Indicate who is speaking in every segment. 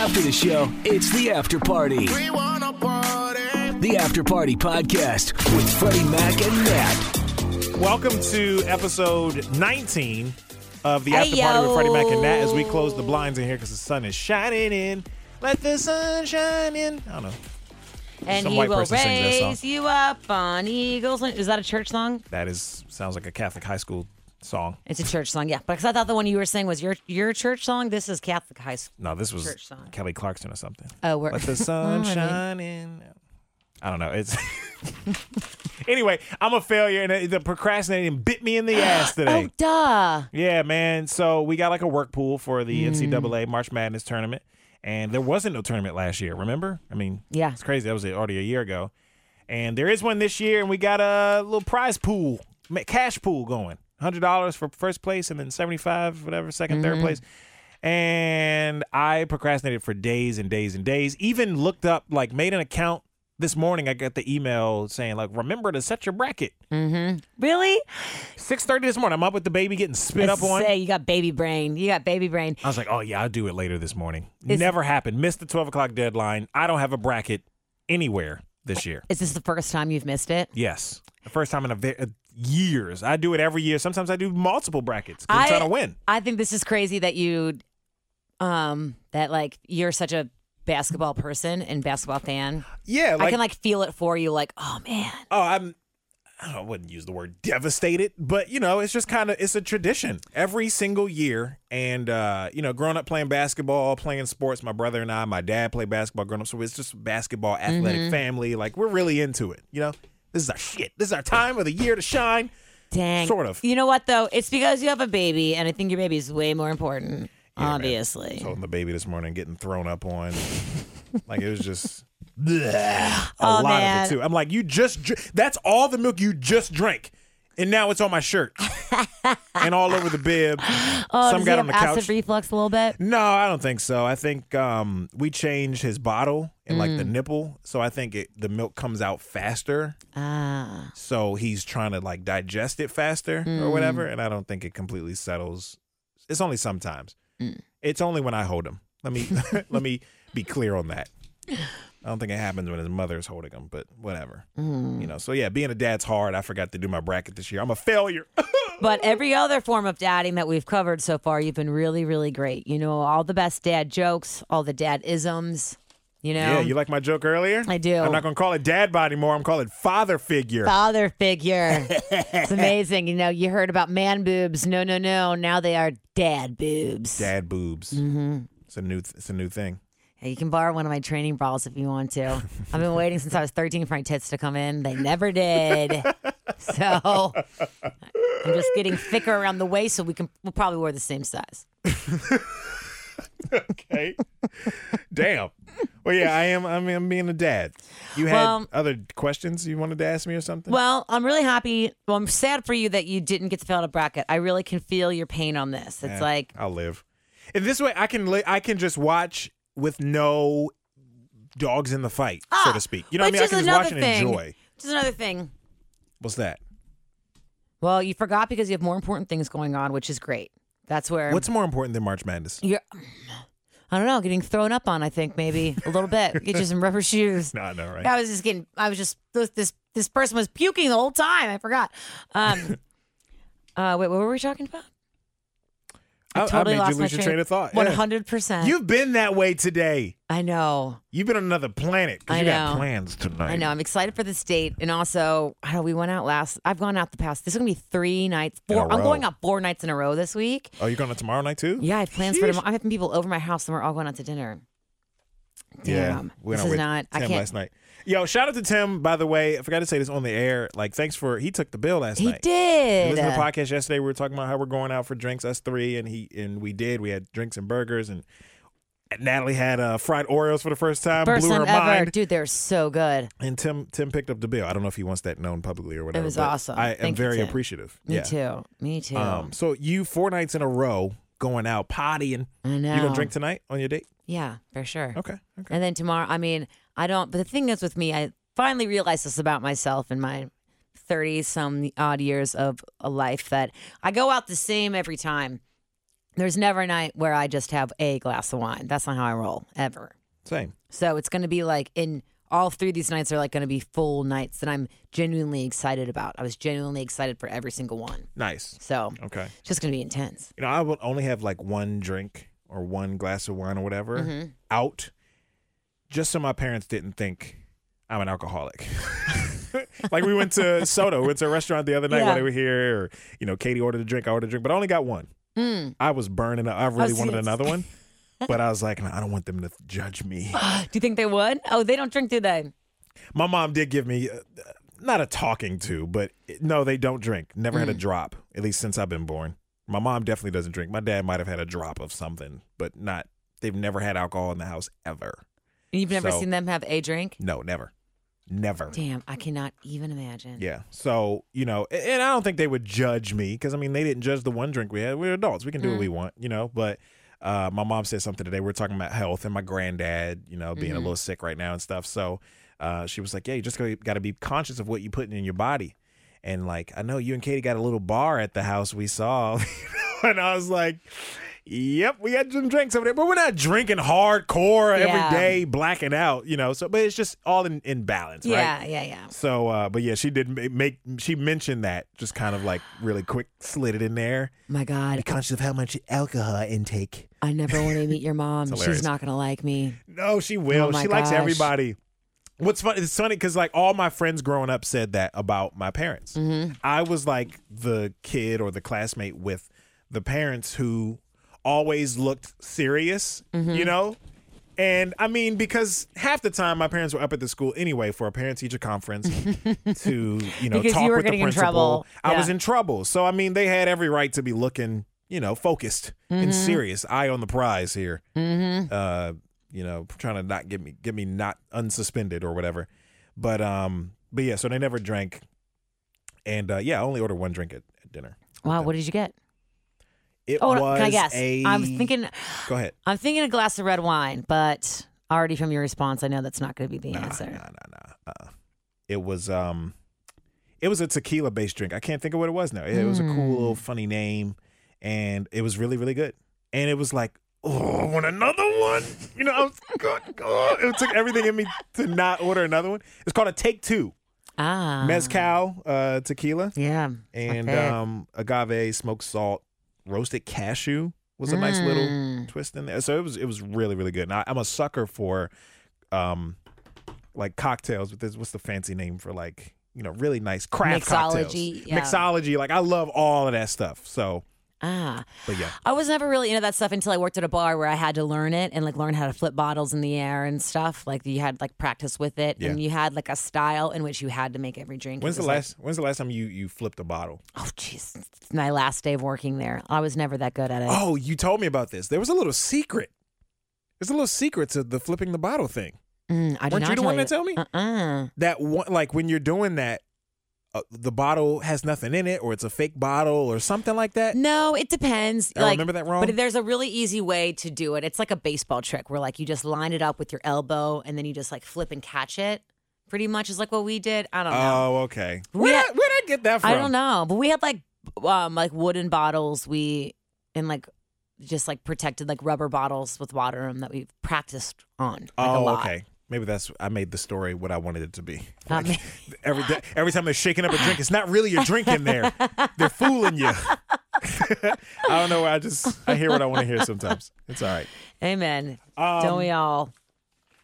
Speaker 1: After the show, it's the after party.
Speaker 2: We wanna party.
Speaker 1: The After Party Podcast with Freddie Mac and Matt.
Speaker 3: Welcome to episode 19 of the After
Speaker 4: Hey,
Speaker 3: Party with
Speaker 4: yo.
Speaker 3: Freddie Mac and Nat as we close the blinds in here because the sun is shining in. Let the sun shine in. I don't know.
Speaker 4: And
Speaker 3: Some
Speaker 4: he
Speaker 3: white
Speaker 4: will
Speaker 3: person sings that song.
Speaker 4: raise you up on eagles. Land. Is that a church song?
Speaker 3: That is sounds like a Catholic high school song.
Speaker 4: It's a church song, yeah. Because I thought the one you were saying was your your church song. This is Catholic high school.
Speaker 3: No, this was
Speaker 4: Church song.
Speaker 3: Kelly Clarkson or something.
Speaker 4: Oh, we're-
Speaker 3: Let the sun
Speaker 4: Oh, I
Speaker 3: shine in. I don't know. It's anyway. I'm a failure, and the procrastinating bit me in the ass today.
Speaker 4: Oh, duh.
Speaker 3: Yeah, man. So we got like a work pool for the NCAA March Madness tournament, and there wasn't no tournament last year. Remember? I mean,
Speaker 4: Yeah.
Speaker 3: it's crazy. That was already a year ago, and there is one this year, and we got a little prize pool, ma- cash pool going. Hundred dollars for first place, and then seventy-five, whatever, 2nd third place. And I procrastinated for days and days and days. Even looked up, like, made an account this morning. I got the email saying, like, remember to set your bracket.
Speaker 4: Really?
Speaker 3: Six thirty this morning. I'm up with the baby getting spit up on.
Speaker 4: Say you got baby brain. You got baby brain.
Speaker 3: I was like, oh yeah, I'll do it later this morning.
Speaker 4: Is-
Speaker 3: Never happened. Missed the twelve o'clock deadline. I don't have a bracket anywhere this year.
Speaker 4: Is this the first time you've missed it?
Speaker 3: Yes, the first time in a ve- uh, years. I do it every year. Sometimes I do multiple brackets. 'cause I'm
Speaker 4: I-
Speaker 3: trying to win.
Speaker 4: I think this is crazy that you, um, that like you're such a basketball person and basketball fan.
Speaker 3: Yeah, like,
Speaker 4: I can like feel it for you. Like, oh man,
Speaker 3: oh, I'm. I wouldn't use the word devastated, but you know, it's just kind of it's a tradition every single year. And uh, you know, growing up playing basketball, playing sports, my brother and I, my dad played basketball growing up, so it's just basketball athletic family. Like we're really into it. You know, this is our shit. This is our time of the year to shine.
Speaker 4: dang.
Speaker 3: Sort of.
Speaker 4: You know what though? It's because you have a baby, and I think your baby is way more important. obviously.
Speaker 3: holding the baby this morning, getting thrown up on. like it was just bleh, a
Speaker 4: Oh,
Speaker 3: lot
Speaker 4: man.
Speaker 3: of it too. I'm like, you just dr- that's all the milk you just drank, and now it's on my shirt and all over the bib.
Speaker 4: Oh,
Speaker 3: Some
Speaker 4: does
Speaker 3: got
Speaker 4: he
Speaker 3: on the
Speaker 4: have
Speaker 3: couch.
Speaker 4: acid reflux a little bit?
Speaker 3: no, I don't think so. I think um, we changed his bottle and like
Speaker 4: Mm.
Speaker 3: the nipple, so I think it, the milk comes out faster.
Speaker 4: Ah, Mm.
Speaker 3: So he's trying to like digest it faster or whatever, and I don't think it completely settles. It's only sometimes.
Speaker 4: Mm.
Speaker 3: It's only when I hold him. Let me let me be clear on that. I don't think it happens when his mother's holding him, but whatever.
Speaker 4: Mm.
Speaker 3: You know. So yeah, being a dad's hard. I forgot to do my bracket this year. I'm a failure.
Speaker 4: but every other form of dadding that we've covered so far, you've been really, really great. You know, all the best dad jokes, all the dad isms. You know,
Speaker 3: yeah, you like my joke earlier?
Speaker 4: I do.
Speaker 3: I'm not gonna call it dad bod anymore. I'm calling it father figure.
Speaker 4: father figure. it's amazing. You know, you heard about man boobs. No, no, no. Now they are dad boobs.
Speaker 3: dad boobs.
Speaker 4: Mm-hmm.
Speaker 3: It's a new. Th- it's a new thing.
Speaker 4: Hey, You can borrow one of my training bras if you want to. I've been waiting since I was 13 for my tits to come in. They never did. So I'm just getting thicker around the waist, so we can we'll probably wear the same size.
Speaker 3: Okay. Damn. Well, yeah, I am. I mean, I'm being a dad. You had
Speaker 4: Well-
Speaker 3: other questions you wanted to ask me or something?
Speaker 4: Well, I'm really happy. Well, I'm sad for you that you didn't get to fill out a bracket. I really can feel your pain on this.
Speaker 3: Eh,
Speaker 4: It's like
Speaker 3: I'll live. And this way, I can li- I can just watch with no dogs in the fight, so to speak. You know what I mean?
Speaker 4: ah, which
Speaker 3: I
Speaker 4: is
Speaker 3: can just
Speaker 4: another
Speaker 3: watch and
Speaker 4: thing.
Speaker 3: enjoy.
Speaker 4: Which is another thing.
Speaker 3: What's that?
Speaker 4: Well, you forgot because you have more important things going on, which is great. That's where
Speaker 3: What's more important than March Madness?
Speaker 4: you're. I don't know, getting thrown up on. I think maybe a little bit. Get you some rubber shoes.
Speaker 3: No, I know, right?
Speaker 4: I was just getting. I was just this this this person was puking the whole time. I forgot. Um, uh, wait, what were we talking about?
Speaker 3: Oh, I, I
Speaker 4: Totally
Speaker 3: made
Speaker 4: lost
Speaker 3: you
Speaker 4: my
Speaker 3: lose your train of thought.
Speaker 4: One
Speaker 3: Yeah.
Speaker 4: hundred percent.
Speaker 3: You've been that way today.
Speaker 4: I know.
Speaker 3: You've been on another planet 'cause
Speaker 4: I
Speaker 3: you got
Speaker 4: know.
Speaker 3: plans tonight.
Speaker 4: I know. I'm excited for this date, and also, I don't know. We went out last. I've gone out the past. This is gonna be three nights.
Speaker 3: In a
Speaker 4: Four. I'm
Speaker 3: row.
Speaker 4: going out four nights in a row this week.
Speaker 3: Oh, you're going to tomorrow night too?
Speaker 4: Yeah, I have plans for
Speaker 3: Sheesh.
Speaker 4: tomorrow. I'm having people over my house, and we're all going out to dinner.
Speaker 3: Yeah,
Speaker 4: Damn.
Speaker 3: went
Speaker 4: this
Speaker 3: out
Speaker 4: is
Speaker 3: with
Speaker 4: not. I
Speaker 3: Tim
Speaker 4: can't.
Speaker 3: last night. Yo, shout out to Tim. By the way, I forgot to say this on the air. Like, thanks for he took the bill last
Speaker 4: He
Speaker 3: night. I
Speaker 4: did.
Speaker 3: listened to the podcast yesterday. We were talking about how we're going out for drinks, us three, and he and we did. We had drinks and burgers, and Natalie had uh, fried Oreos for the first time.
Speaker 4: First
Speaker 3: blew her
Speaker 4: time ever,
Speaker 3: mind.
Speaker 4: dude. They're so good.
Speaker 3: And Tim Tim picked up the bill. I don't know if he wants that known publicly or whatever.
Speaker 4: was
Speaker 3: but
Speaker 4: awesome.
Speaker 3: I am
Speaker 4: Thank you,
Speaker 3: very
Speaker 4: Tim.
Speaker 3: appreciative.
Speaker 4: Me
Speaker 3: yeah.
Speaker 4: too. Me too.
Speaker 3: Um. So you four nights in a row going out pottying.
Speaker 4: I
Speaker 3: You
Speaker 4: know.
Speaker 3: gonna drink tonight on your date?
Speaker 4: Yeah, for sure.
Speaker 3: Okay. Okay.
Speaker 4: And then tomorrow, I mean, I don't. But the thing is with me, I finally realized this about myself in my thirty some odd years of a life that I go out the same every time. There's never a night where I just have a glass of wine. That's not how I roll ever.
Speaker 3: Same.
Speaker 4: So it's going to be like in all three of these nights are like going to be full nights that I'm genuinely excited about. I was genuinely excited for every single one.
Speaker 3: Nice.
Speaker 4: So
Speaker 3: Okay.
Speaker 4: it's just going to be intense.
Speaker 3: You know, I will only have like one drink or one glass of wine or whatever out, just so my parents didn't think I'm an alcoholic. like we went to Soto, we went to a restaurant the other night
Speaker 4: Yeah.
Speaker 3: while they were here, or you know, Katie ordered a drink, I ordered a drink, but I only got one. I was burning up. I really
Speaker 4: was
Speaker 3: wanted
Speaker 4: gonna-
Speaker 3: another one, but I was like, no, I don't want them to judge me.
Speaker 4: Do you think they would? Oh, they don't drink, do they?
Speaker 3: My mom did give me uh, not a talking to, but no, they don't drink. Never had a drop, at least since I've been born. My mom definitely doesn't drink. My dad might have had a drop of something, but not. They've never had alcohol in the house ever.
Speaker 4: You've never
Speaker 3: So-
Speaker 4: seen them have a drink?
Speaker 3: No, never, never.
Speaker 4: Damn, I cannot even imagine.
Speaker 3: Yeah. So you know, a- and I don't think they would judge me because I mean they didn't judge the one drink we had. We're adults. We can do what we
Speaker 4: Mm.
Speaker 3: want, you know. But uh, my mom said something today. We are talking about health and my granddad, you know, being
Speaker 4: Mm-hmm.
Speaker 3: a little sick right now and stuff. So uh, she was like, "Yeah, you just got to be conscious of what you putting in your body." And like, I know you and Katie got a little bar at the house we saw, and I was like. Yep, we had some drinks over there, but we're not drinking hardcore
Speaker 4: Yeah.
Speaker 3: every day, blacking out, you know. So, but it's just all in, in balance, right?
Speaker 4: Yeah, yeah, yeah.
Speaker 3: So, uh, but yeah, she did ma- make she mentioned that just kind of like really quick slid it in there.
Speaker 4: My God,
Speaker 3: Conscious of how much alcohol intake.
Speaker 4: I never want to meet your mom. She's
Speaker 3: hilarious.
Speaker 4: not going to like me.
Speaker 3: No, she will.
Speaker 4: Oh my
Speaker 3: she likes
Speaker 4: gosh.
Speaker 3: everybody. What's funny? It's funny because like all my friends growing up said that about my parents.
Speaker 4: Mm-hmm.
Speaker 3: I was like the kid or the classmate with the parents who always looked serious,
Speaker 4: Mm-hmm.
Speaker 3: you know. And I mean, because half the time my parents were up at the school anyway for a parent teacher conference to, you know,
Speaker 4: Because
Speaker 3: talk
Speaker 4: you were
Speaker 3: with
Speaker 4: getting
Speaker 3: the principal.
Speaker 4: in trouble.
Speaker 3: I
Speaker 4: Yeah.
Speaker 3: was in trouble. So I mean, they had every right to be looking, you know, focused
Speaker 4: Mm-hmm.
Speaker 3: and serious, eye on the prize here uh, you know, trying to not get me get me not unsuspended or whatever. But um, but yeah, so they never drank, and uh, yeah, I only ordered one drink at, at dinner.
Speaker 4: Wow, what did you get?
Speaker 3: It
Speaker 4: Oh, no,
Speaker 3: was
Speaker 4: can I guess?
Speaker 3: a.
Speaker 4: I'm thinking,
Speaker 3: Go ahead.
Speaker 4: I'm thinking a glass of red wine, but already from your response, I know that's not going to be the
Speaker 3: Nah, nah,
Speaker 4: answer.
Speaker 3: nah, nah. Uh-uh. It was um, it was a tequila based drink. I can't think of what it was now. It, it was a cool little funny name, and it was really really good. And it was like, oh, I want another one. You know, I was, good, God. it took everything in me to not order another one. It's called a take two.
Speaker 4: Ah,
Speaker 3: mezcal, uh, tequila,
Speaker 4: Yeah, it's my
Speaker 3: and
Speaker 4: favorite.
Speaker 3: um, agave, smoked salt, roasted cashew was a nice
Speaker 4: Mm.
Speaker 3: little twist in there. So it was it was really really good. And I, I'm a sucker for, um, like cocktails. With this, what's the fancy name for like you know really nice craft cocktails?
Speaker 4: Mixology, yeah.
Speaker 3: Mixology. Like I love all of that stuff. So,
Speaker 4: ah.
Speaker 3: but yeah,
Speaker 4: I was never really into that stuff until I worked at a bar where I had to learn it and like learn how to flip bottles in the air and stuff. Like you had like practice with it,
Speaker 3: Yeah.
Speaker 4: and you had like a style in which you had to make every drink. It
Speaker 3: when's the
Speaker 4: was like-
Speaker 3: last when's the last time you you flipped a bottle?
Speaker 4: oh, jeez, it's my last day of working there. I was never that good at it.
Speaker 3: Oh, you told me about this. There was a little secret. There's a little secret to the flipping the bottle thing.
Speaker 4: Mm, I
Speaker 3: Weren't
Speaker 4: did not
Speaker 3: you the
Speaker 4: tell
Speaker 3: one that told me?
Speaker 4: Uh-uh.
Speaker 3: that one like when you're doing that uh, the bottle has nothing in it or it's a fake bottle or something like that
Speaker 4: No, it depends.
Speaker 3: I
Speaker 4: like,
Speaker 3: remember that wrong.
Speaker 4: But there's a really easy way to do it. It's like a baseball trick where like you just line it up with your elbow and then you just like flip and catch it. Pretty much is like what we did. I don't know.
Speaker 3: oh okay
Speaker 4: We
Speaker 3: where
Speaker 4: had-
Speaker 3: would i get that from
Speaker 4: I don't know, but we had like b- um like wooden bottles we and like just like protected like rubber bottles with water in them that we practiced on. Like, a
Speaker 3: oh
Speaker 4: lot.
Speaker 3: okay maybe that's i made the story what i wanted it to be
Speaker 4: Um,
Speaker 3: Like, every day, every time they're shaking up a drink it's not really your drink in there they're fooling you i don't know i just i hear what i want to hear sometimes it's all right
Speaker 4: Amen.
Speaker 3: Um,
Speaker 4: Don't we all?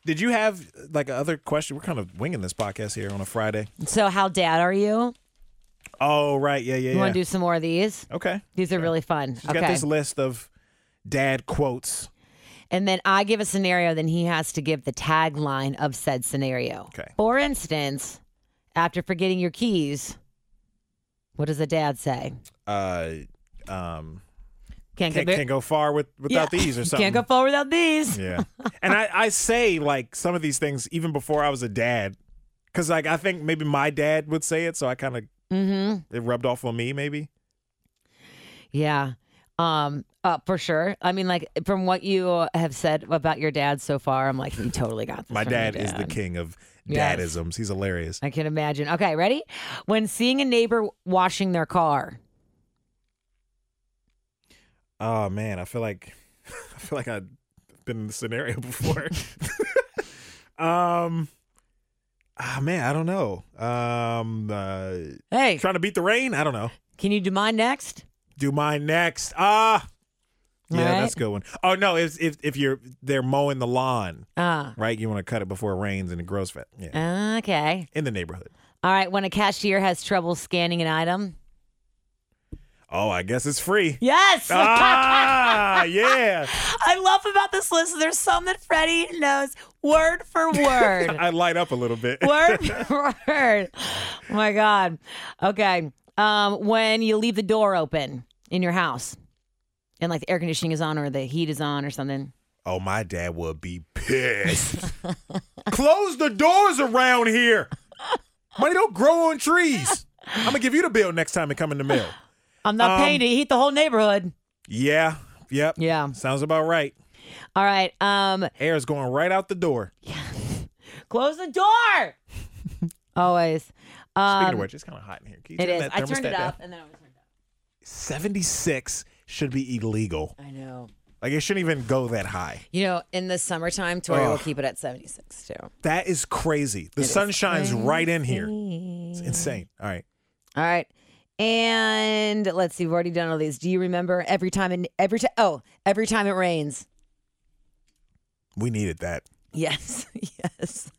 Speaker 3: did you have like other question we're kind of winging this podcast here on a friday
Speaker 4: So how dad are you?
Speaker 3: oh right yeah yeah
Speaker 4: You
Speaker 3: yeah
Speaker 4: want to do some more of these?
Speaker 3: okay
Speaker 4: These are really fun.
Speaker 3: she's
Speaker 4: okay.
Speaker 3: got this list of dad quotes
Speaker 4: And then I give a scenario, then he has to give the tagline of said scenario.
Speaker 3: Okay.
Speaker 4: For instance, after forgetting your keys, what does the dad say?
Speaker 3: uh, um,
Speaker 4: Can't,
Speaker 3: can't,
Speaker 4: there-
Speaker 3: can't go far with without
Speaker 4: Yeah.
Speaker 3: these or something.
Speaker 4: Can't go forward without these.
Speaker 3: yeah, and I, I say like some of these things even before I was a dad, because like I think maybe my dad would say it, so I kind of
Speaker 4: Mm-hmm.
Speaker 3: it rubbed off on me maybe.
Speaker 4: Yeah. Um, uh, for sure. I mean, like from what you have said about your dad so far, I'm like, you totally got this.
Speaker 3: My
Speaker 4: from your
Speaker 3: dad is the king of
Speaker 4: Yes.
Speaker 3: dadisms. He's hilarious.
Speaker 4: I can imagine. Okay, ready? When seeing a neighbor washing their car,
Speaker 3: Oh man, I feel like I feel like I've been in this scenario before. um Ah man, I don't know. Um uh,
Speaker 4: Hey,
Speaker 3: trying to beat the rain? I don't know.
Speaker 4: can you do mine next?
Speaker 3: Do mine next. Ah Yeah,
Speaker 4: All right.
Speaker 3: that's a good one. Oh no, if if if you're they're mowing the lawn,
Speaker 4: Ah,
Speaker 3: right? You want to cut it before it rains and it grows fat. Yeah.
Speaker 4: Uh. okay.
Speaker 3: In the neighborhood.
Speaker 4: All right. When a cashier has trouble scanning an item.
Speaker 3: Oh, I guess it's free.
Speaker 4: Yes.
Speaker 3: ah, yeah.
Speaker 4: I love about this list. There's some that Freddie knows word for word.
Speaker 3: I light up a little bit.
Speaker 4: word for word. Oh my God. Okay. Um, when you leave the door open in your house and like the air conditioning is on or the heat is on or something.
Speaker 3: Oh, my dad would be pissed. Close the doors around here. Money don't grow on trees. I'm gonna give you the bill next time it come in the mail.
Speaker 4: I'm not paying to heat the whole neighborhood.
Speaker 3: Yeah. Yep.
Speaker 4: Um, Yeah.
Speaker 3: Sounds about right.
Speaker 4: All right. Um,
Speaker 3: Air is going right out the door.
Speaker 4: close the door. Always.
Speaker 3: Speaking of
Speaker 4: Um,
Speaker 3: which, it's kind of hot in here. Can you
Speaker 4: it
Speaker 3: turn
Speaker 4: is.
Speaker 3: that
Speaker 4: I turned
Speaker 3: thermostat
Speaker 4: it
Speaker 3: down?
Speaker 4: up and then I turned it
Speaker 3: 76 should be illegal.
Speaker 4: up. I know.
Speaker 3: Like it shouldn't even go that high.
Speaker 4: You know, in the summertime, Tori will
Speaker 3: Ugh.
Speaker 4: keep it at 76 too.
Speaker 3: That is crazy. The sun shines right in here. It's insane. All right.
Speaker 4: All right. And let's see, we've already done all these. Do you remember every time in every time oh, every time it rains?
Speaker 3: We needed that.
Speaker 4: Yes. yes.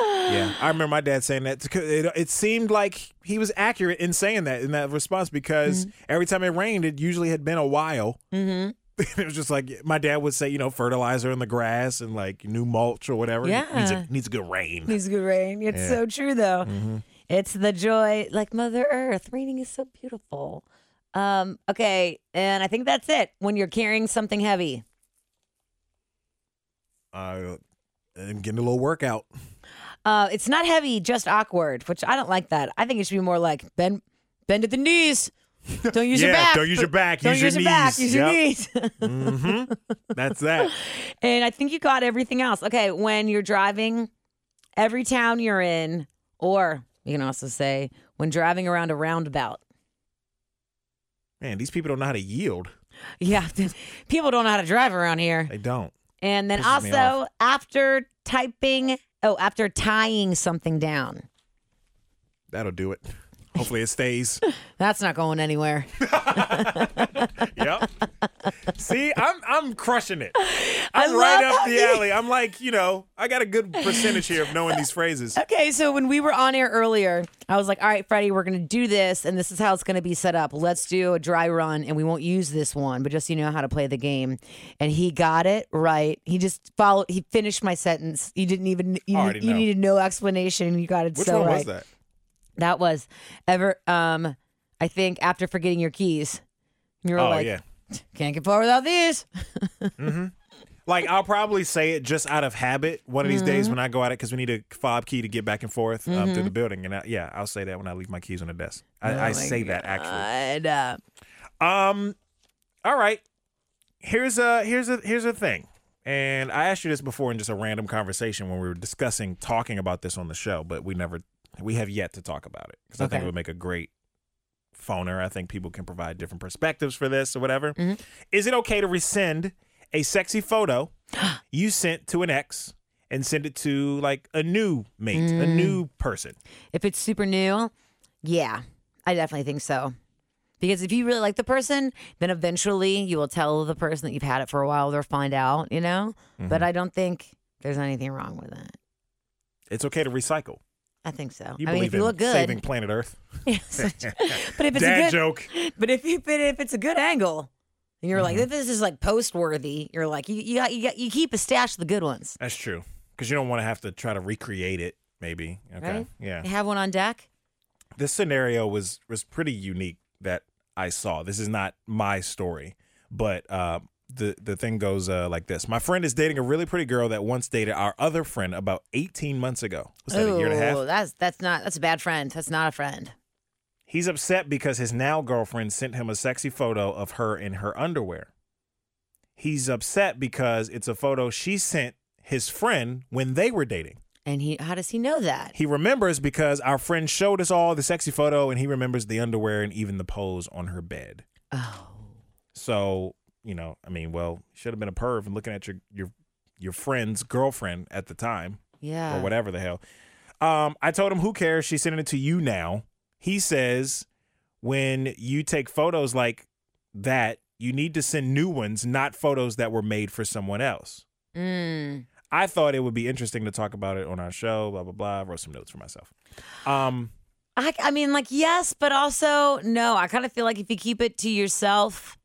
Speaker 3: Yeah, I remember my dad saying that. It, it seemed like he was accurate in saying that in that response because
Speaker 4: Mm-hmm.
Speaker 3: every time it rained, it usually had been a while. Mm-hmm. It was just like my dad would say, you know, fertilizer in the grass and like new mulch or whatever. It needs
Speaker 4: Yeah.
Speaker 3: a, needs a good rain.
Speaker 4: Needs good rain. It's so true though. It's the joy like Mother Earth. Raining is so beautiful. Um, okay, and I think that's it. When you're carrying something heavy.
Speaker 3: Uh, I'm getting a little workout.
Speaker 4: Uh it's not heavy, just awkward, which I don't like that. I think it should be more like bend bend at the knees. Don't use your
Speaker 3: Yeah,
Speaker 4: back.
Speaker 3: don't use your back,
Speaker 4: Don't
Speaker 3: use your
Speaker 4: use your back.
Speaker 3: knees.
Speaker 4: Use your
Speaker 3: Yep.
Speaker 4: knees.
Speaker 3: That's that.
Speaker 4: And I think you got everything else. Okay, when you're driving, every town you're in, or you can also say when driving around a roundabout.
Speaker 3: Man, these people don't know how to yield.
Speaker 4: Yeah, people don't know how to drive around here.
Speaker 3: They don't.
Speaker 4: And then
Speaker 3: Pisses me
Speaker 4: also after typing, oh, after tying something down.
Speaker 3: That'll do it. Hopefully it stays.
Speaker 4: That's not going anywhere.
Speaker 3: yep. See, I'm I'm crushing it.
Speaker 4: I
Speaker 3: I'm right
Speaker 4: love
Speaker 3: up
Speaker 4: how
Speaker 3: the
Speaker 4: you-
Speaker 3: alley. I'm like, you know, I got a good percentage here of knowing these phrases.
Speaker 4: Okay, so when we were on air earlier, I was like, all right, Freddie, we're going to do this, and this is how it's going to be set up. Let's do a dry run, and we won't use this one, but just so you know how to play the game. And he got it right. He just followed, he finished my sentence. You didn't even, you,
Speaker 3: I already
Speaker 4: you
Speaker 3: know.
Speaker 4: needed no explanation. You got it
Speaker 3: Which
Speaker 4: so
Speaker 3: one
Speaker 4: right.
Speaker 3: was that?
Speaker 4: That was ever, um, I think, after forgetting your keys. You were
Speaker 3: Oh
Speaker 4: like,
Speaker 3: yeah.
Speaker 4: can't get far without these.
Speaker 3: Like I'll probably say it just out of habit one of these
Speaker 4: Mm-hmm.
Speaker 3: days when I go at it because we need a fob key to get back and forth um, through the building. And I, yeah, I'll say that when I leave my keys on the desk. I,
Speaker 4: Oh
Speaker 3: I say that actually.
Speaker 4: And, uh,
Speaker 3: Um, all right. Here's a here's a here's a thing. And I asked you this before in just a random conversation when we were discussing talking about this on the show, but we never we have yet to talk about it because I think
Speaker 4: Okay.
Speaker 3: it would make a great phoner. I think people can provide different perspectives for this or whatever.
Speaker 4: Mm-hmm.
Speaker 3: Is it okay to rescind a sexy photo you sent to an ex and send it to like a new mate, a
Speaker 4: Mm.
Speaker 3: new person?
Speaker 4: If it's super new, yeah, I definitely think so. Because if you really like the person, then eventually you will tell the person that you've had it for a while. They'll find out, you know? But
Speaker 3: Mm-hmm.
Speaker 4: I don't think there's anything wrong with it.
Speaker 3: It's okay to recycle.
Speaker 4: I think so.
Speaker 3: You
Speaker 4: I
Speaker 3: believe
Speaker 4: mean, if
Speaker 3: in
Speaker 4: you look good.
Speaker 3: saving planet Earth?
Speaker 4: Yes. but if it's
Speaker 3: Dad
Speaker 4: a good,
Speaker 3: joke. Mm-hmm.
Speaker 4: but if you but if it's a good angle, and you're like, if this is like post worthy, you're like, you you got, you got you keep a stash of the good ones,
Speaker 3: That's true. Because you don't want to have to try to recreate it, maybe. Okay.
Speaker 4: right?
Speaker 3: Yeah.
Speaker 4: You have one on deck.
Speaker 3: This scenario was was pretty unique that I saw. This is not my story, but uh, the the thing goes uh, like this: My friend is dating a really pretty girl that once dated our other friend about eighteen months ago. Was that a year and a half?
Speaker 4: Ooh, Oh, that's that's not that's a bad friend. That's not a friend.
Speaker 3: He's upset because his now girlfriend sent him a sexy photo of her in her underwear. He's upset because it's a photo she sent his friend when they were dating.
Speaker 4: And he, how does he know that?
Speaker 3: He remembers because our friend showed us all the sexy photo and he remembers the underwear and even the pose on her bed.
Speaker 4: Oh.
Speaker 3: So you know, I mean, well, should have been a perv and looking at your your your friend's girlfriend at the time
Speaker 4: Yeah.
Speaker 3: or whatever the hell. Um, I told him, who cares? She's sending it to you now. He says, when you take photos like that, you need to send new ones, not photos that were made for someone else.
Speaker 4: Mm.
Speaker 3: I thought it would be interesting to talk about it on our show, blah, blah, blah. I wrote some notes for myself. Um,
Speaker 4: I, I mean, like, yes, but also, no. I kind of feel like if you keep it to yourself,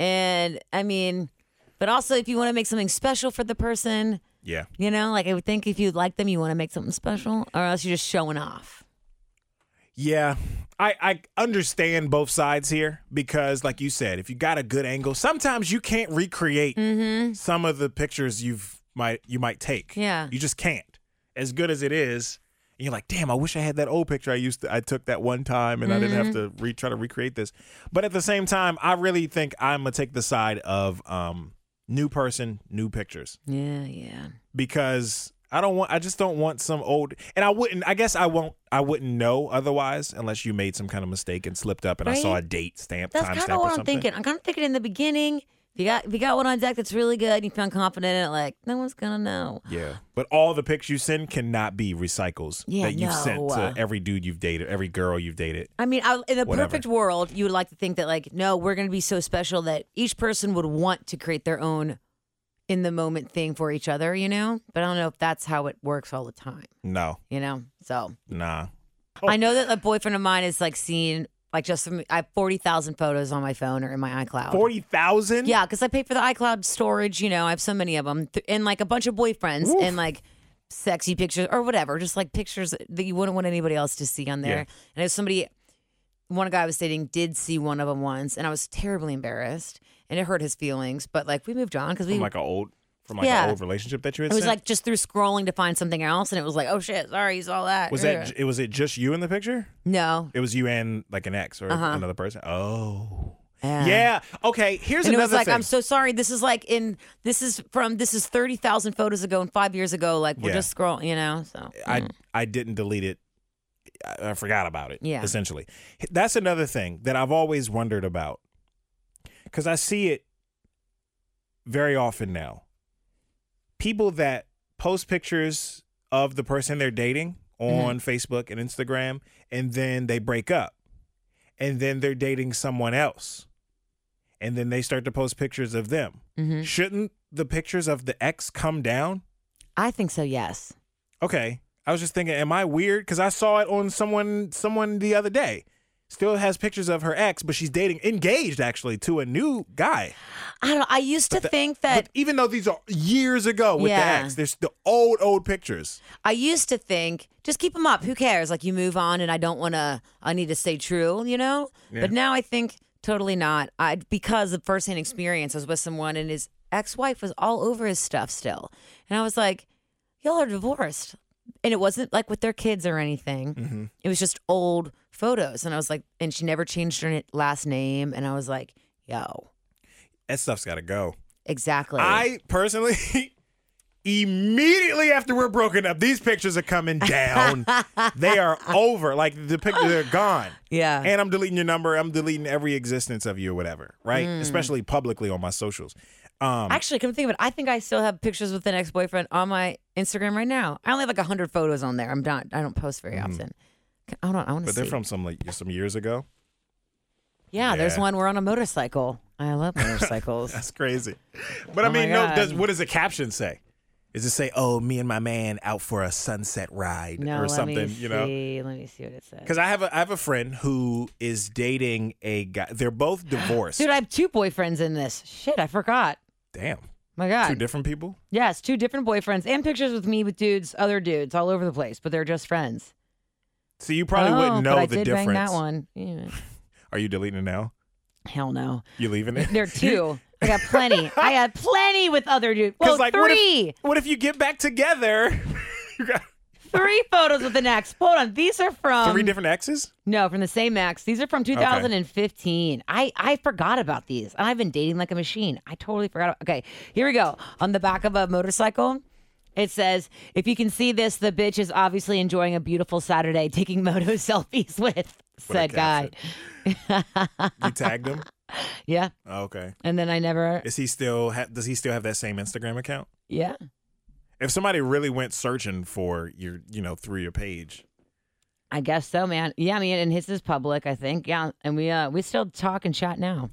Speaker 4: and I mean, but also if you want to make something special for the person,
Speaker 3: yeah.
Speaker 4: you know, like I would think if you like them, you want to make something special, or else you're just showing off.
Speaker 3: Yeah. I, I understand both sides here because, like you said, if you got a good angle, sometimes you can't recreate some of the pictures you've might you might take.
Speaker 4: Yeah.
Speaker 3: you just can't. As good as it is, and you're like, damn, I wish I had that old picture I used to I took that one time, and I didn't have to re try to recreate this. But at the same time, I really think I'm gonna take the side of um new person, new pictures
Speaker 4: Yeah, yeah.
Speaker 3: because I don't want I just don't want some old and I wouldn't I guess I won't I wouldn't know otherwise unless you made some kind of mistake and slipped up and I saw a
Speaker 4: Right?
Speaker 3: date stamp
Speaker 4: That's
Speaker 3: timestamp
Speaker 4: kind
Speaker 3: or
Speaker 4: of what I'm
Speaker 3: something.
Speaker 4: thinking. I'm kind of thinking in the beginning. If you got if you got one on deck that's really good, and you feel confident in it, like no one's gonna know.
Speaker 3: Yeah. But all the pics you send cannot be recycles
Speaker 4: Yeah,
Speaker 3: that you've sent
Speaker 4: no.
Speaker 3: to every dude you've dated, every girl you've dated.
Speaker 4: I mean, I, in the
Speaker 3: Whatever.
Speaker 4: perfect world, you would like to think that like no, we're gonna be so special that each person would want to create their own in the moment thing for each other, you know. But I don't know if that's how it works all the time,
Speaker 3: No.
Speaker 4: you know. So
Speaker 3: Nah.
Speaker 4: I know that a boyfriend of mine is like seen like just from I have forty thousand photos on my phone or in my iCloud.
Speaker 3: 40,000?
Speaker 4: Yeah, because I pay for the iCloud storage. You know, I have so many of them, th- and like a bunch of boyfriends,
Speaker 3: Oof.
Speaker 4: and like sexy pictures or whatever, just like pictures that you wouldn't want anybody else to see on there.
Speaker 3: Yeah.
Speaker 4: And if somebody, one guy I was dating did see one of them once, and I was terribly embarrassed, and it hurt his feelings. But like we moved on because we.
Speaker 3: From like an old from like
Speaker 4: Yeah.
Speaker 3: an old relationship that you had
Speaker 4: it was
Speaker 3: sent?
Speaker 4: like just through scrolling to find something else, and it was like, oh shit, sorry, you saw that.
Speaker 3: was
Speaker 4: Ugh.
Speaker 3: that it was it just you in the picture?
Speaker 4: no?
Speaker 3: It was you and like an ex or
Speaker 4: Uh-huh.
Speaker 3: another person. Oh.
Speaker 4: Yeah.
Speaker 3: Yeah. Okay, here's
Speaker 4: and it
Speaker 3: another
Speaker 4: was like,
Speaker 3: thing.
Speaker 4: I'm so sorry. This is like in this is from this is thirty thousand photos ago and five years ago. Like we're
Speaker 3: Yeah.
Speaker 4: just scrolling, you know. So Mm.
Speaker 3: I I didn't delete it. I, I forgot about it.
Speaker 4: Yeah.
Speaker 3: Essentially, that's another thing that I've always wondered about because I see it very often now. People that post pictures of the person they're dating on Facebook and Instagram, and then they break up, and then they're dating someone else, and then they start to post pictures of them. Shouldn't the pictures of the ex come down?
Speaker 4: I think so, yes.
Speaker 3: Okay. I was just thinking, am I weird? Because I saw it on someone someone the other day. Still has pictures of her ex, but she's dating engaged actually to a new guy.
Speaker 4: I don't I used to think that
Speaker 3: But even though these are years ago with
Speaker 4: Yeah.
Speaker 3: the ex, there's the old, old pictures.
Speaker 4: I used to think just keep them up. Who cares? Like you move on and I don't want to I need to stay true, you know? But now I think totally not. I because of firsthand experience I was with someone and his ex-wife was all over his stuff still. And I was like, y'all are divorced. And it wasn't like with their kids or anything.
Speaker 3: Mm-hmm.
Speaker 4: It was just old photos and I was like and she never changed her last name and I was like, yo,
Speaker 3: That stuff's gotta go.
Speaker 4: exactly.
Speaker 3: I personally immediately after we're broken up, these pictures are coming down. they are over. Like the pictures are gone.
Speaker 4: Yeah.
Speaker 3: And I'm deleting your number. I'm deleting every existence of you or whatever. Right?
Speaker 4: Mm.
Speaker 3: Especially publicly on my socials. Um
Speaker 4: Actually, come to think of it, I think I still have pictures with an ex-boyfriend on my Instagram right now. I only have like hundred photos on there. I'm not. I don't post very often. I don't. I
Speaker 3: Mm-hmm.
Speaker 4: want to
Speaker 3: But
Speaker 4: see.
Speaker 3: they're from some like some years ago.
Speaker 4: yeah, there's
Speaker 3: yeah.
Speaker 4: one. We're on a motorcycle. I love motorcycles.
Speaker 3: That's crazy. But I
Speaker 4: Oh my
Speaker 3: mean, no.
Speaker 4: God.
Speaker 3: Does, what does the caption say? Does it say, "Oh, me and my man out for a sunset ride"
Speaker 4: no,
Speaker 3: or
Speaker 4: let
Speaker 3: something?
Speaker 4: me
Speaker 3: you know.
Speaker 4: see. Let me see what it says.
Speaker 3: Because I have a I have a friend who is dating a guy. They're both divorced.
Speaker 4: Dude, I have two boyfriends in this. Shit, I forgot.
Speaker 3: Damn,
Speaker 4: My
Speaker 3: two
Speaker 4: God.
Speaker 3: different people.
Speaker 4: yes, two different boyfriends and pictures with me with dudes, other dudes, all over the place. But they're just friends.
Speaker 3: So you probably
Speaker 4: oh,
Speaker 3: wouldn't know
Speaker 4: but I
Speaker 3: the
Speaker 4: did
Speaker 3: difference.
Speaker 4: Bang that one. Yeah.
Speaker 3: Are you deleting it now?
Speaker 4: Hell no.
Speaker 3: You leaving it?
Speaker 4: There are two. I got plenty. I had plenty with other dudes. Well,
Speaker 3: 'Cause, like, what if-
Speaker 4: three.
Speaker 3: What if you get back together? you got
Speaker 4: three photos with an ex. Hold on, these are from
Speaker 3: three different exes.
Speaker 4: no, from the same ex. These are from 2015. I I forgot about these. I've been dating like a machine. I totally forgot. Okay, here we go. On the back of a motorcycle. It says, if you can see this, the bitch is obviously enjoying a beautiful Saturday taking moto selfies
Speaker 3: What
Speaker 4: with
Speaker 3: a
Speaker 4: said guy.
Speaker 3: caption. You tagged them.
Speaker 4: Yeah.
Speaker 3: Okay.
Speaker 4: And then I never.
Speaker 3: Is he still? Ha- does he still have that same Instagram account?
Speaker 4: Yeah.
Speaker 3: If somebody really went searching for your, you know, through your page,
Speaker 4: I guess so, man. Yeah, I mean, and his is public, I think. Yeah, and we uh we still talk and chat now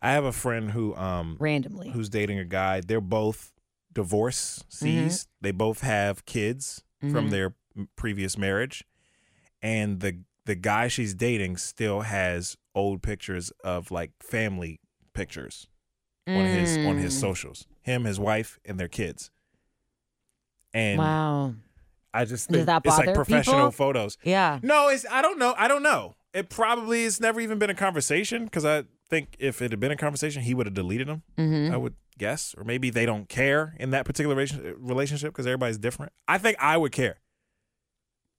Speaker 3: I have a friend who, um,
Speaker 4: randomly.
Speaker 3: who's dating a guy. They're both divorcees.
Speaker 4: Mm-hmm.
Speaker 3: They both have kids from their m- previous marriage, and the the guy she's dating still has old pictures of like family pictures on his
Speaker 4: Mm.
Speaker 3: on his socials. Him, his wife, and their kids. And
Speaker 4: Wow.
Speaker 3: I just
Speaker 4: Does
Speaker 3: think
Speaker 4: that
Speaker 3: it's like
Speaker 4: bother
Speaker 3: professional
Speaker 4: people?
Speaker 3: photos.
Speaker 4: Yeah.
Speaker 3: No, it's I don't know. I don't know. It probably has never even been a conversation because I think if it had been a conversation, he would have deleted them.
Speaker 4: Mm-hmm.
Speaker 3: I would guess, or maybe they don't care in that particular relation- relationship because everybody's different. I think I would care.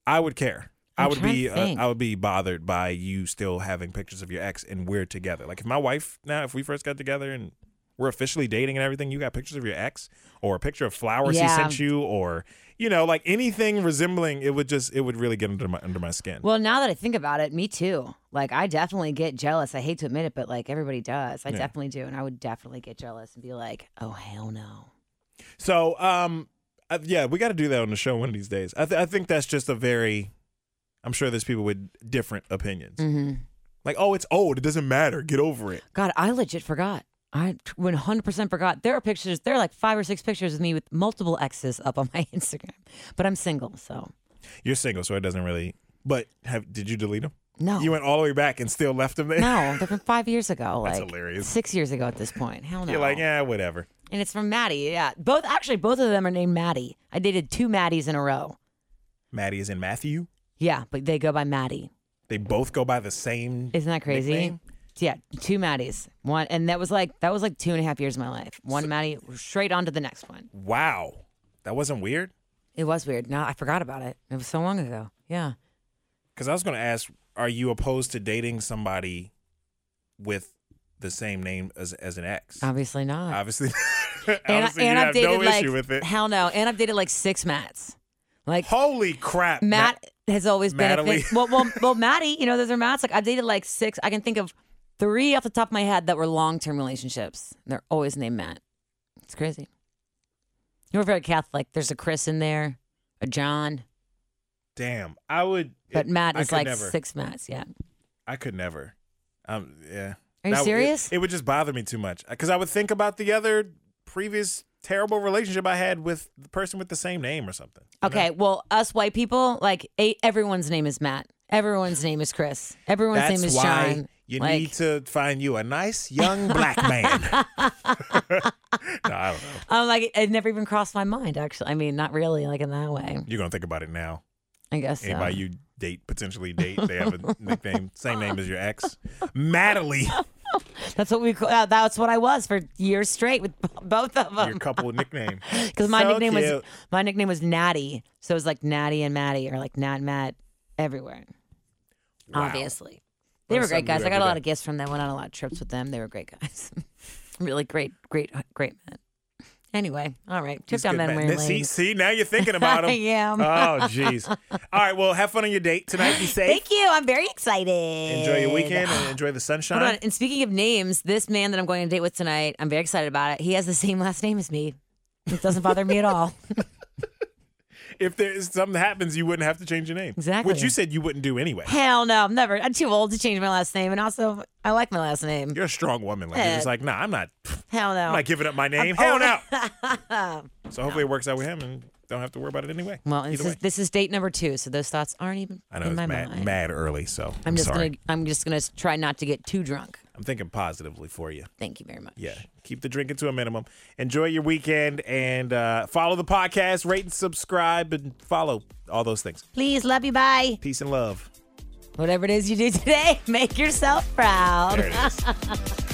Speaker 3: I would care. i
Speaker 4: I'm
Speaker 3: would
Speaker 4: trying
Speaker 3: be
Speaker 4: to
Speaker 3: uh,
Speaker 4: think.
Speaker 3: I would be bothered by you still having pictures of your ex and we're together. Like if my wife now, if we first got together and we're officially dating and everything, you got pictures of your ex or a picture of flowers he
Speaker 4: Yeah.
Speaker 3: sent you or you know like anything resembling it would just it would really get under my under my skin.
Speaker 4: Well, now that I think about it, me too. Like, I definitely get jealous. I hate to admit it, but like everybody does. I definitely do, and I would definitely get jealous and be like, "Oh hell no."
Speaker 3: So, um, uh, yeah, we got to do that on the show one of these days. I, th- I think that's just a very, I'm sure there's people with different opinions.
Speaker 4: Mm-hmm.
Speaker 3: Like, oh, it's old. It doesn't matter. Get over it.
Speaker 4: God, I legit forgot. I 100% forgot. There are pictures. There are like five or six pictures of me with multiple exes up on my Instagram, but I'm single, so
Speaker 3: You're single, so it doesn't really. But have did you delete them?
Speaker 4: no.
Speaker 3: You went all the way back and still left them there.
Speaker 4: no, they're from five years ago.
Speaker 3: That's
Speaker 4: like,
Speaker 3: hilarious.
Speaker 4: Six years ago at this point. Hell no.
Speaker 3: You're like, yeah, whatever.
Speaker 4: And it's from Maddie. Yeah. Both actually both of them are named Maddie. I dated two Maddies in a row.
Speaker 3: Maddie is in Matthew.
Speaker 4: Yeah, but they go by Maddie.
Speaker 3: They both go by the same.
Speaker 4: Isn't that crazy?
Speaker 3: Nickname?
Speaker 4: Yeah, two Maddies. One and that was like that was like two and a half years of my life. One Maddie straight on to the next one.
Speaker 3: Wow, that wasn't weird.
Speaker 4: It was weird. No, I forgot about it. It was so long ago. Yeah.
Speaker 3: Because I was going to ask, are you opposed to dating somebody with the same name as as an ex?
Speaker 4: Obviously not.
Speaker 3: Obviously,
Speaker 4: and
Speaker 3: obviously
Speaker 4: and
Speaker 3: you
Speaker 4: I've
Speaker 3: have
Speaker 4: dated
Speaker 3: no
Speaker 4: like
Speaker 3: issue with it.
Speaker 4: hell no. And I've dated like six Matts. Like
Speaker 3: Holy crap,
Speaker 4: Matt has always been a
Speaker 3: Madeline.
Speaker 4: thing. Well, well, well, Maddie, you know, those are Matts. Like I've dated like six. I can think of three off the top of my head that were long term relationships. They're always named Matt. It's crazy. You're very Catholic. There's a Chris in there, a John,
Speaker 3: Damn, I would.
Speaker 4: but
Speaker 3: it-
Speaker 4: Matt
Speaker 3: I
Speaker 4: is
Speaker 3: could
Speaker 4: like
Speaker 3: never.
Speaker 4: six Matts. Yeah.
Speaker 3: I could never. Um, yeah.
Speaker 4: Are you
Speaker 3: That- it-
Speaker 4: serious?
Speaker 3: It, would just bother me too much because I would think about the other previous terrible relationship I had with the person with the same name or something. you know?
Speaker 4: Okay. Well, us white people, like eight, everyone's name is Matt. Everyone's name is Chris. Everyone's
Speaker 3: That's
Speaker 4: name is
Speaker 3: why
Speaker 4: John.
Speaker 3: you
Speaker 4: Like-
Speaker 3: need to find you a nice young black man. no, I don't know.
Speaker 4: I'm like, it never even crossed my mind. Actually, I mean, not really, like in that way.
Speaker 3: You're gonna think about it now.
Speaker 4: I guess. So.
Speaker 3: Anybody you date potentially date, they have a nickname, same name as your ex, Natalie.
Speaker 4: That's what we call. Uh, that's what I was for years straight with b- both of
Speaker 3: Your
Speaker 4: them.
Speaker 3: couple nickname.
Speaker 4: Because my
Speaker 3: So
Speaker 4: nickname was
Speaker 3: cute.
Speaker 4: my nickname was Natty, so it was like Natty and Maddie, or like Nat Matt everywhere.
Speaker 3: Wow.
Speaker 4: Obviously, they
Speaker 3: What a
Speaker 4: were great
Speaker 3: sudden
Speaker 4: guys. I got a
Speaker 3: everyday.
Speaker 4: lot of gifts from them. Went on a lot of trips with them. They were great guys. really great, great, great men. Anyway, all right, trip
Speaker 3: He's
Speaker 4: down
Speaker 3: good man.
Speaker 4: memory
Speaker 3: Now, See,
Speaker 4: lane.
Speaker 3: see, now you're thinking about him.
Speaker 4: I am.
Speaker 3: Oh, jeez. All right, well, have fun on your date tonight. Be safe.
Speaker 4: Thank you. I'm very excited.
Speaker 3: Enjoy your weekend and enjoy the sunshine.
Speaker 4: Hold on. And speaking of names, this man that I'm going on a date with tonight, I'm very excited about it. He has the same last name as me. It doesn't bother me at all.
Speaker 3: If there is something that happens, you wouldn't have to change your name.
Speaker 4: Exactly.
Speaker 3: Which you said you wouldn't do anyway.
Speaker 4: Hell no, I'm never. I'm too old to change my last name, and also I like my last name.
Speaker 3: You're a strong woman. Like you're just like, nah, I'm not.
Speaker 4: Hell no.
Speaker 3: I'm not giving up my name. Hell no. so hopefully it works out with him and don't have to worry about it anyway.
Speaker 4: well,
Speaker 3: Either
Speaker 4: this
Speaker 3: way.
Speaker 4: is, this is date number two, so those thoughts aren't even
Speaker 3: I know
Speaker 4: in
Speaker 3: it's
Speaker 4: my
Speaker 3: mad,
Speaker 4: mind.
Speaker 3: mad early, so I'm,
Speaker 4: I'm just
Speaker 3: sorry.
Speaker 4: gonna. I'm just gonna try not to get too drunk.
Speaker 3: I'm thinking positively for you.
Speaker 4: Thank you very much.
Speaker 3: Yeah, keep the drinking to a minimum. Enjoy your weekend and uh, follow the podcast, rate and subscribe, and follow all those things.
Speaker 4: Please, love you. Bye.
Speaker 3: Peace and love.
Speaker 4: Whatever it is you do today, make yourself proud.
Speaker 3: There it is.